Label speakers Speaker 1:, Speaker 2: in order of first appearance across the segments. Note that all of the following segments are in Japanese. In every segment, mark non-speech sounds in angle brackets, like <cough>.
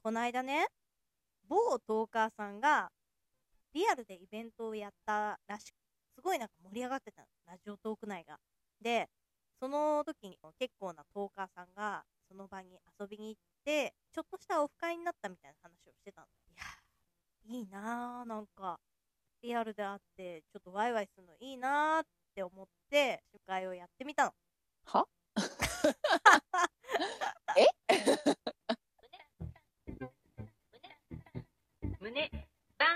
Speaker 1: この間ね、某トーカーさんが、リアルでイベントをやったらしく、すごいなんか盛り上がってたのラジオトーク内が。で、その時に結構なトーカーさんが、その場に遊びに行って、ちょっとしたオフ会になったみたいな話をしてたの。いやー、いいなー、なんか、リアルで会って、ちょっとワイワイするのいいなーって思って、集会をやってみたの。 <laughs>
Speaker 2: は
Speaker 1: え
Speaker 3: 胸バ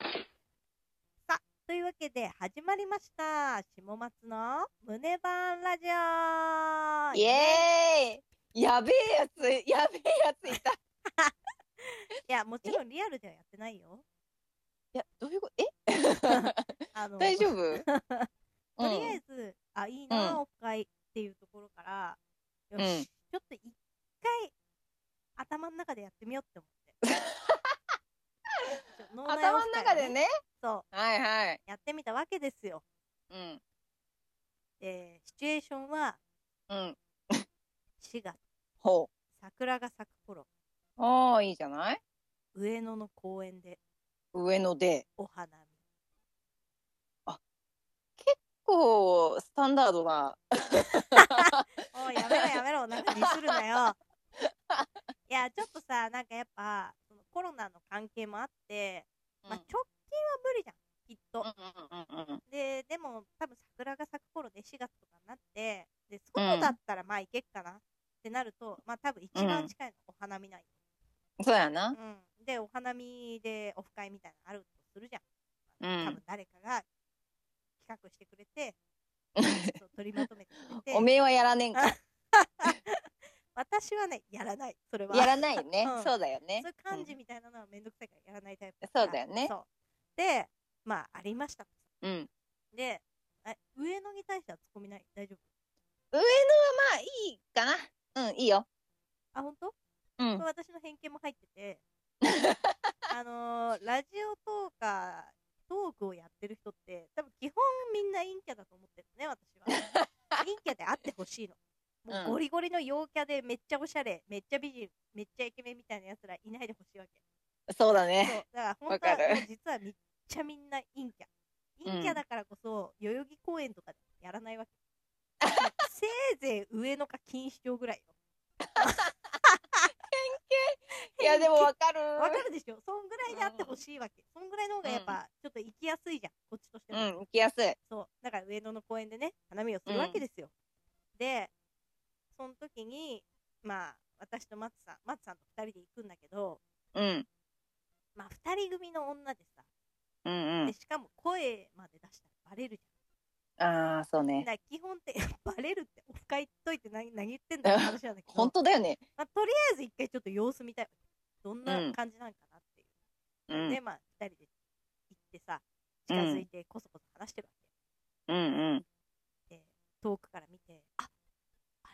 Speaker 3: ーン
Speaker 1: というわけで始まりました下松の胸バーンラジオ
Speaker 2: イエーイやべえやつ、やべえやついた。い
Speaker 1: いやもちろんリアルではやってないよ
Speaker 2: や、どういう <laughs> こと、え
Speaker 1: あの
Speaker 2: 大丈 <laughs> 夫
Speaker 1: とりあえず、あいいな、オフ会っていうところからよし、
Speaker 2: うん
Speaker 1: ちょっと一回頭の中でやってみようって思
Speaker 2: <laughs>
Speaker 1: ってちょ
Speaker 2: う
Speaker 1: 脳
Speaker 2: ん、
Speaker 1: 内オ
Speaker 2: 頭
Speaker 1: フ
Speaker 2: の
Speaker 1: 会を
Speaker 2: 中でね。
Speaker 1: そう
Speaker 2: はいはい。
Speaker 1: やってみたわけですよ
Speaker 2: うん。
Speaker 1: でシチュエーションは
Speaker 2: うん。
Speaker 1: 4月
Speaker 2: ほ
Speaker 1: 桜が咲く頃
Speaker 2: う。ああ、いいじゃない
Speaker 1: 上野の公園で
Speaker 2: 上野で。
Speaker 1: お花見
Speaker 2: こう、スタンダードな。
Speaker 1: おいやめろやめろなんかディスるな
Speaker 2: <laughs>
Speaker 1: よいやちょっとさなんかやっぱそのコロナの関係もあって、まあ、直近は無理じゃんきっと、
Speaker 2: うんうんうんうん。
Speaker 1: ででも多分桜が咲く頃で4月とかになってで外だったらまあ行けっかなってなると、まあ多分一番近いのお花見ない、
Speaker 2: そうやな
Speaker 1: う。んでお花見でオフ会みたいなのあるとするじゃん、
Speaker 2: うん
Speaker 1: 多分誰かが企画してくれ
Speaker 2: <laughs>
Speaker 1: てそう取りまとめてくれて
Speaker 2: おめえはやらねえんか。
Speaker 1: 私はねやらないそれは
Speaker 2: やらないね
Speaker 1: う。ん
Speaker 2: そうだよね
Speaker 1: そうい。う漢字みたいなのはめんどくさいからやらないタイプ
Speaker 2: そうだよね
Speaker 1: そうでまあありました
Speaker 2: うん。うん
Speaker 1: でえ上野に対してはツッコミない大丈夫
Speaker 2: 上野はまあいいかな。うん、いいよ。
Speaker 1: あ本当？
Speaker 2: う
Speaker 1: こ
Speaker 2: ん
Speaker 1: れ。私の偏見も入って
Speaker 2: <laughs>
Speaker 1: てあのーラジオトーカートークをやってる人って多分基本みんな陰キャだと思ってるね私
Speaker 2: <laughs>
Speaker 1: は陰キャであってほしいのもううんゴリゴリの陽キャでめっちゃおしゃれめっちゃ美人めっちゃイケメンみたいなやつらいないでほしいわけ
Speaker 2: そうだ
Speaker 1: そ
Speaker 2: <laughs>
Speaker 1: う
Speaker 2: ね。
Speaker 1: だから本
Speaker 2: わ
Speaker 1: 当は
Speaker 2: かる
Speaker 1: もう実はめっちゃみんな陰キャ陰キャだからこそ、代々木公園とかでやらないわけ
Speaker 2: <laughs>
Speaker 1: せいぜい上野か錦糸町ぐらいよ
Speaker 2: いや、でもわかる。
Speaker 1: わかるでしょそんぐらいであってほしいわけそんぐらいの方がやっぱちょっと行きやすいじゃんこっちとして
Speaker 2: う
Speaker 1: も、
Speaker 2: ん、行きやすい。
Speaker 1: そうだから上野の公園でね花見をするわけですよ、でその時にまあ私と松さん松さんと2人で行くんだけど
Speaker 2: うん。
Speaker 1: まあ2人組の女でさ、
Speaker 2: うん
Speaker 1: でしかも声まで出したらバレるじゃん
Speaker 2: うん。ああ、そうね。
Speaker 1: だから基本ってバレるってオフ会行っといて何何言ってんだって話なんだけど
Speaker 2: 本当だよね。
Speaker 1: まあ、とりあえず一回ちょっと様子見たいわけどんな
Speaker 2: うん
Speaker 1: 感じなんかなっていう、
Speaker 2: うん。
Speaker 1: でまあ2人で行ってさ近づいてこそこそ話してるわ
Speaker 2: うんうん。
Speaker 1: け、で遠くから見てああ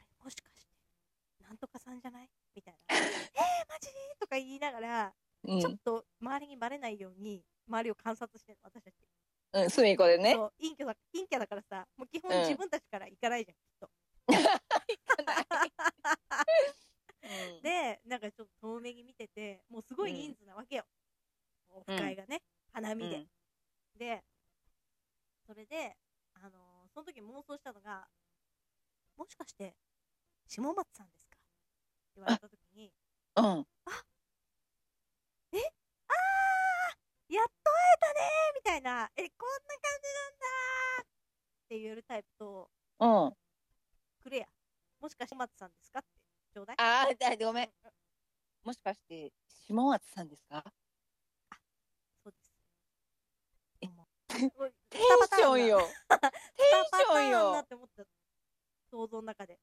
Speaker 1: れもしかしてなんとかさんじゃないみたい
Speaker 2: <laughs>
Speaker 1: な「えー、マジ?」とか言いながら、
Speaker 2: うん
Speaker 1: ちょっと周りにバレないように周りを観察してる私たち
Speaker 2: うん、隅っこでね。
Speaker 1: そう陰キャだ陰キャだからさもう基本
Speaker 2: うん
Speaker 1: 自分たちから行かないじゃん、きっと
Speaker 2: うん
Speaker 1: でなんかちょっと遠目に見ててもうすごい人数なわけよ、オフ会がね、花見で、でそれで、あのーその時妄想したのがもしかして下松さんですかって言われた時に
Speaker 2: うん。うん。
Speaker 1: 「やっと会えたねー」みたいな「えこんな感じなんだー」って言えるタイプと
Speaker 2: うん。
Speaker 1: 「くれやもしかして下松さんですか?」ってちょうだい
Speaker 2: ああ、だごめん。もしかして、下松さんですか
Speaker 1: そうです
Speaker 2: え
Speaker 1: もう
Speaker 2: テンションよ。テンション
Speaker 1: だ
Speaker 2: よ
Speaker 1: っ。て思った想像の中で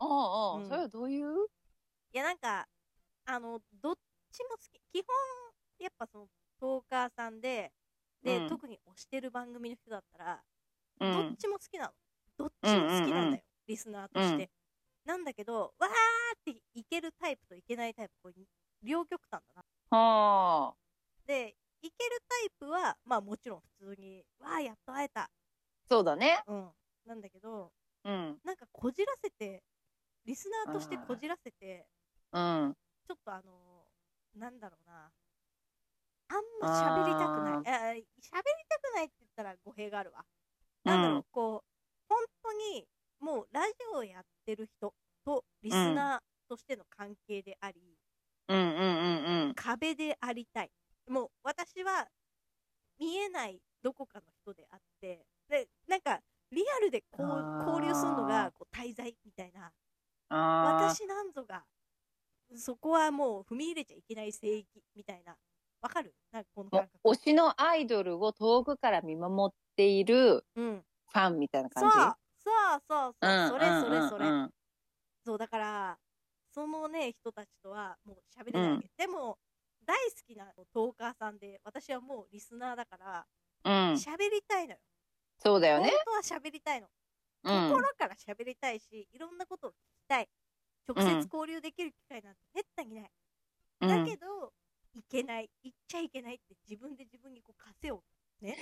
Speaker 2: うん
Speaker 1: う
Speaker 2: うんん。それはどういう
Speaker 1: いやなんかあのどっちも好き基本やっぱそのトーカーさんでで、
Speaker 2: うん
Speaker 1: 特に推してる番組の人だったら、
Speaker 2: う
Speaker 1: どっ。ちも好きなのどっちも好きなんだよ、
Speaker 2: うんうんうん
Speaker 1: リスナーとして、なんだけどわーっていけるタイプといけないタイプこう両極端だな
Speaker 2: はあ。
Speaker 1: でいけるタイプはまあもちろん普通にわーやっと会えた
Speaker 2: そうだね。
Speaker 1: うんなんだけど
Speaker 2: うん。
Speaker 1: なんかこじらせてリスナーとしてこじらせて
Speaker 2: うん。
Speaker 1: ちょっとあのなんだろうな。あんま喋りたくない。あ喋りたくないって言ったら語弊があるわ。なんだろう、
Speaker 2: うん
Speaker 1: こう、本当に、もうラジオをやってる人とリスナーとしての関係であり、
Speaker 2: うんうんうんうん。
Speaker 1: 壁でありたい。もう私は見えないどこかの人であって、で、なんか、リアルでこ
Speaker 2: あ
Speaker 1: う
Speaker 2: ー
Speaker 1: 交流するのがこう滞在みたいな、
Speaker 2: あ
Speaker 1: 私なんぞが、そこはもう踏み入れちゃいけない聖域みたいな、わかるなんかこの
Speaker 2: あ。も
Speaker 1: 感覚。
Speaker 2: う推しのアイドルを遠くから見守っている
Speaker 1: うん。
Speaker 2: ファンみたいな
Speaker 1: そう
Speaker 2: 感じ。
Speaker 1: そうそうそう、
Speaker 2: うん
Speaker 1: それそれそれ、
Speaker 2: うんうんうん
Speaker 1: そうだからそのね人たちとはもう喋れないわけ、でも大好きなトーカーさんで私はもうリスナーだから
Speaker 2: うん。
Speaker 1: 喋、りたいのよ
Speaker 2: そうだよ
Speaker 1: 本
Speaker 2: ね。
Speaker 1: 当は喋りたいの、
Speaker 2: うん。
Speaker 1: 心から喋りたいしいろんなことを聞きたい直接交流できる機会なんてめったにない、だけどいけない言っちゃいけないって自分で自分にこう枷をね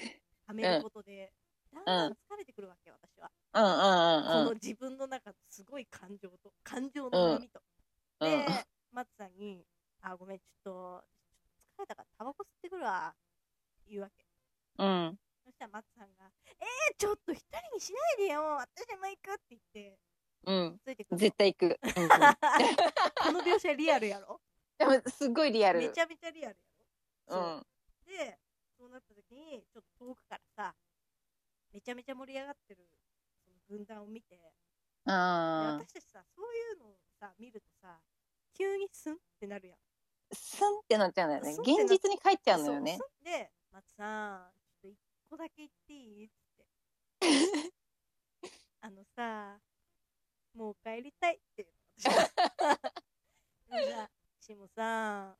Speaker 1: はめることで、だんだん疲れてくるわけよ私は。
Speaker 2: うんうん
Speaker 1: こ
Speaker 2: うんうん
Speaker 1: の自分の中のすごい感情と感情の波と、
Speaker 2: うん
Speaker 1: で、松さんに「あごめんちょっと疲れたからタバコ吸ってくるわ」って言うわけ
Speaker 2: うん
Speaker 1: そしたら松さんが「えー、ちょっと一人にしないでよ私も行く」って言って
Speaker 2: うん
Speaker 1: ついてくる
Speaker 2: 絶対行く。うんうん
Speaker 1: <laughs> この描写リアルやろ
Speaker 2: <laughs> でもすっごいリアル。
Speaker 1: めちゃめちゃリアルや
Speaker 2: う
Speaker 1: ろ、
Speaker 2: ん
Speaker 1: そうでそうなった時にちょっと遠くからさめちゃめちゃ盛り上がってるその軍団を見てで
Speaker 2: あー
Speaker 1: 私たちさそういうのをさ見るとさ急にスンってなるやん
Speaker 2: スンってなっちゃうんだよね
Speaker 1: スンってな
Speaker 2: 現実に帰っちゃうのよね
Speaker 1: そうスンで「松さんちょっと一個だけ言っていい?」っつってあのさもう帰りたいって言うの私でもさ <laughs> しもさん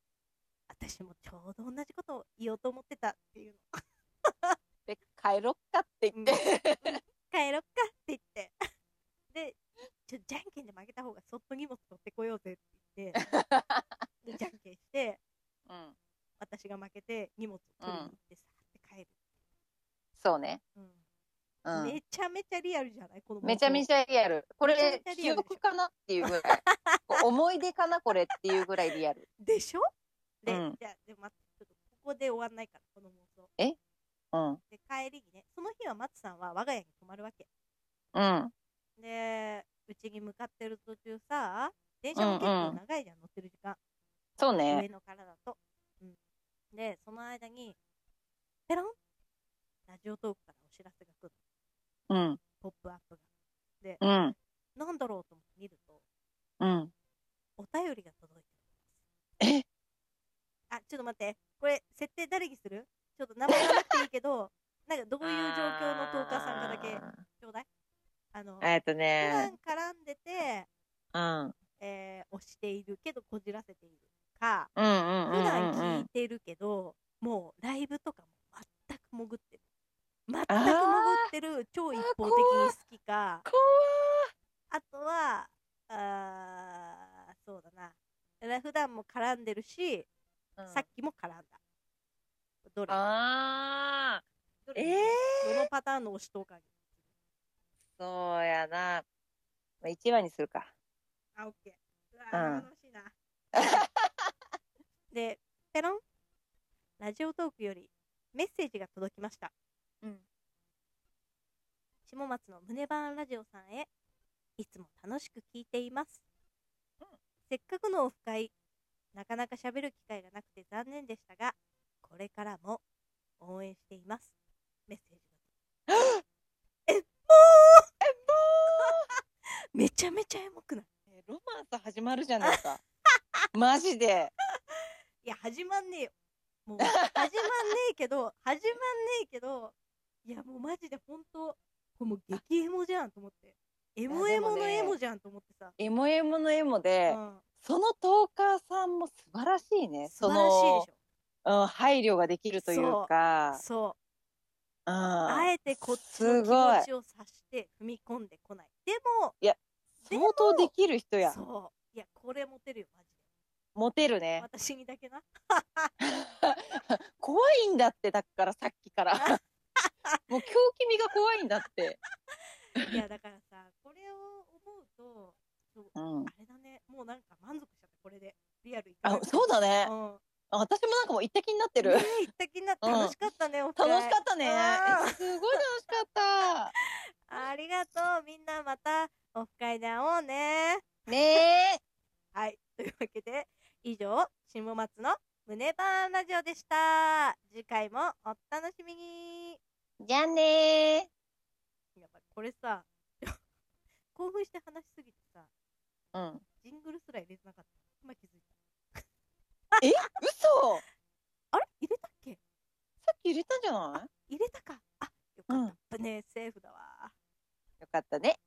Speaker 1: 私もちょうど同じことを言おうと思ってたっていうの
Speaker 2: <laughs> で帰ろっかって言って
Speaker 1: 帰ろっかって言って <laughs> でちょじゃんけんで負けた方がそっと荷物取ってこようぜって言ってで
Speaker 2: <laughs>
Speaker 1: じゃんけんして
Speaker 2: うん
Speaker 1: 私が負けて荷物を取りに行ってさーって帰る、
Speaker 2: <laughs> そうね
Speaker 1: うん
Speaker 2: うん
Speaker 1: めちゃめちゃリアルじゃないこの
Speaker 2: めちゃめちゃリアルこ
Speaker 1: めちゃめ
Speaker 2: れ
Speaker 1: ちゃリ
Speaker 2: 記
Speaker 1: アルでしょ
Speaker 2: 憶かなっていうぐ <laughs> らい思い出かなこれっていうぐらいリアル
Speaker 1: でしょで、
Speaker 2: うん
Speaker 1: じゃあでも待ってちょっとここで終わんないからこの妄想
Speaker 2: うん
Speaker 1: で帰りにねその日は松さんは我が家に泊まるわけ
Speaker 2: うん
Speaker 1: でうちに向かってる途中さ電車も結構長いじゃん、乗ってる時間
Speaker 2: そう
Speaker 1: 上
Speaker 2: ね
Speaker 1: 野からだと、うん、でその間にペロンラジオトークからお知らせが来る
Speaker 2: うん
Speaker 1: ポップアップが
Speaker 2: うん
Speaker 1: なんだろうと思って見ると
Speaker 2: うん
Speaker 1: お便りが届いて
Speaker 2: え
Speaker 1: あちょっと待ってこれ設定誰にするちょっと名前言わなくていいけど <laughs> なんかどういう状況のトーカーさんかだけちょうだいあの
Speaker 2: えっと
Speaker 1: 普
Speaker 2: ね
Speaker 1: 段絡んでて、
Speaker 2: うん
Speaker 1: えー、推しているけどこじらせているか
Speaker 2: うんうん
Speaker 1: 普
Speaker 2: うん
Speaker 1: 段
Speaker 2: うんう
Speaker 1: 聞い
Speaker 2: ん
Speaker 1: てるけど、もうライブとかも全く潜ってる全く
Speaker 2: ー
Speaker 1: 潜ってる超一方的に好きか
Speaker 2: 怖
Speaker 1: あとはあーそうだなだから普段も絡んでるし、
Speaker 2: ー
Speaker 1: さっきも絡んだどれ
Speaker 2: ああ
Speaker 1: ど
Speaker 2: え
Speaker 1: れ
Speaker 2: え
Speaker 1: どのパターンの推しとかに
Speaker 2: そうやなまあ一番にするか
Speaker 1: あ、オッケー。
Speaker 2: う
Speaker 1: うんわ、楽しいな。 <laughs> で、ペロン。ラジオトークよりメッセージが届きました。
Speaker 2: うん
Speaker 1: 下松の胸バーンラジオさんへ、いつも楽しく聞いています。せっかくのオフ会、なかなか喋る機会がなくて残念でしたが、これからも応援しています。メッセージが。え、もうえ、もう <laughs> めちゃめちゃエモくない
Speaker 2: えロマンス始まるじゃない <laughs> かマジで
Speaker 1: いや、始まんねえよ。もう、始まんねえけど、 <laughs> 始まんねえけど、いや、もうマジで本当、これもう激エモじゃんと思って。エモエモのエモじゃんと思ってさ。
Speaker 2: エモエモのエモで、
Speaker 1: うん、
Speaker 2: そのトーカーさんも素晴らしいね
Speaker 1: 素晴らしいでしょ。
Speaker 2: その、うん、配慮ができるというか
Speaker 1: そう。
Speaker 2: うん
Speaker 1: あえてこっちの気
Speaker 2: すごい
Speaker 1: 持ちを察して踏み込んでこない。でも、で
Speaker 2: 相
Speaker 1: も
Speaker 2: 当できる人や
Speaker 1: そう。いや、これモテるよ、マジ
Speaker 2: モテる
Speaker 1: で。
Speaker 2: ね
Speaker 1: 私にだけな。
Speaker 2: <laughs> 怖いんだってだからさっき <laughs> からもう今日君が怖いんだって、
Speaker 1: いや、だからさ、これを思うと、そう
Speaker 2: うん
Speaker 1: あ、れだね、もうなんか満足しちゃった、これで。リアルいかな
Speaker 2: あ
Speaker 1: くて
Speaker 2: そうだね
Speaker 1: うん
Speaker 2: あ私もなんかもう一滴になってる
Speaker 1: ね。え行った気になって
Speaker 2: うん
Speaker 1: 楽しかったね、お二
Speaker 2: 楽
Speaker 1: 人
Speaker 2: しかったね
Speaker 1: うん。
Speaker 2: すごい楽しかっ
Speaker 1: ありがとうみんなまたオフ会で会おうね
Speaker 2: た。ねえ。
Speaker 1: はいというわけで以上下松の胸バーンラジオでした次回もお楽しみに
Speaker 2: じゃあねー。
Speaker 1: やっぱこれさ <laughs> 興奮して話しすぎてさ
Speaker 2: うん。
Speaker 1: ジングルすら入れてなかった今気づい
Speaker 2: 嘘
Speaker 1: たあれ入れたっけ
Speaker 2: さっき入れたんじゃない
Speaker 1: 入れたかあよかった、
Speaker 2: うん
Speaker 1: ぶねえセーフだわ
Speaker 2: よかったね。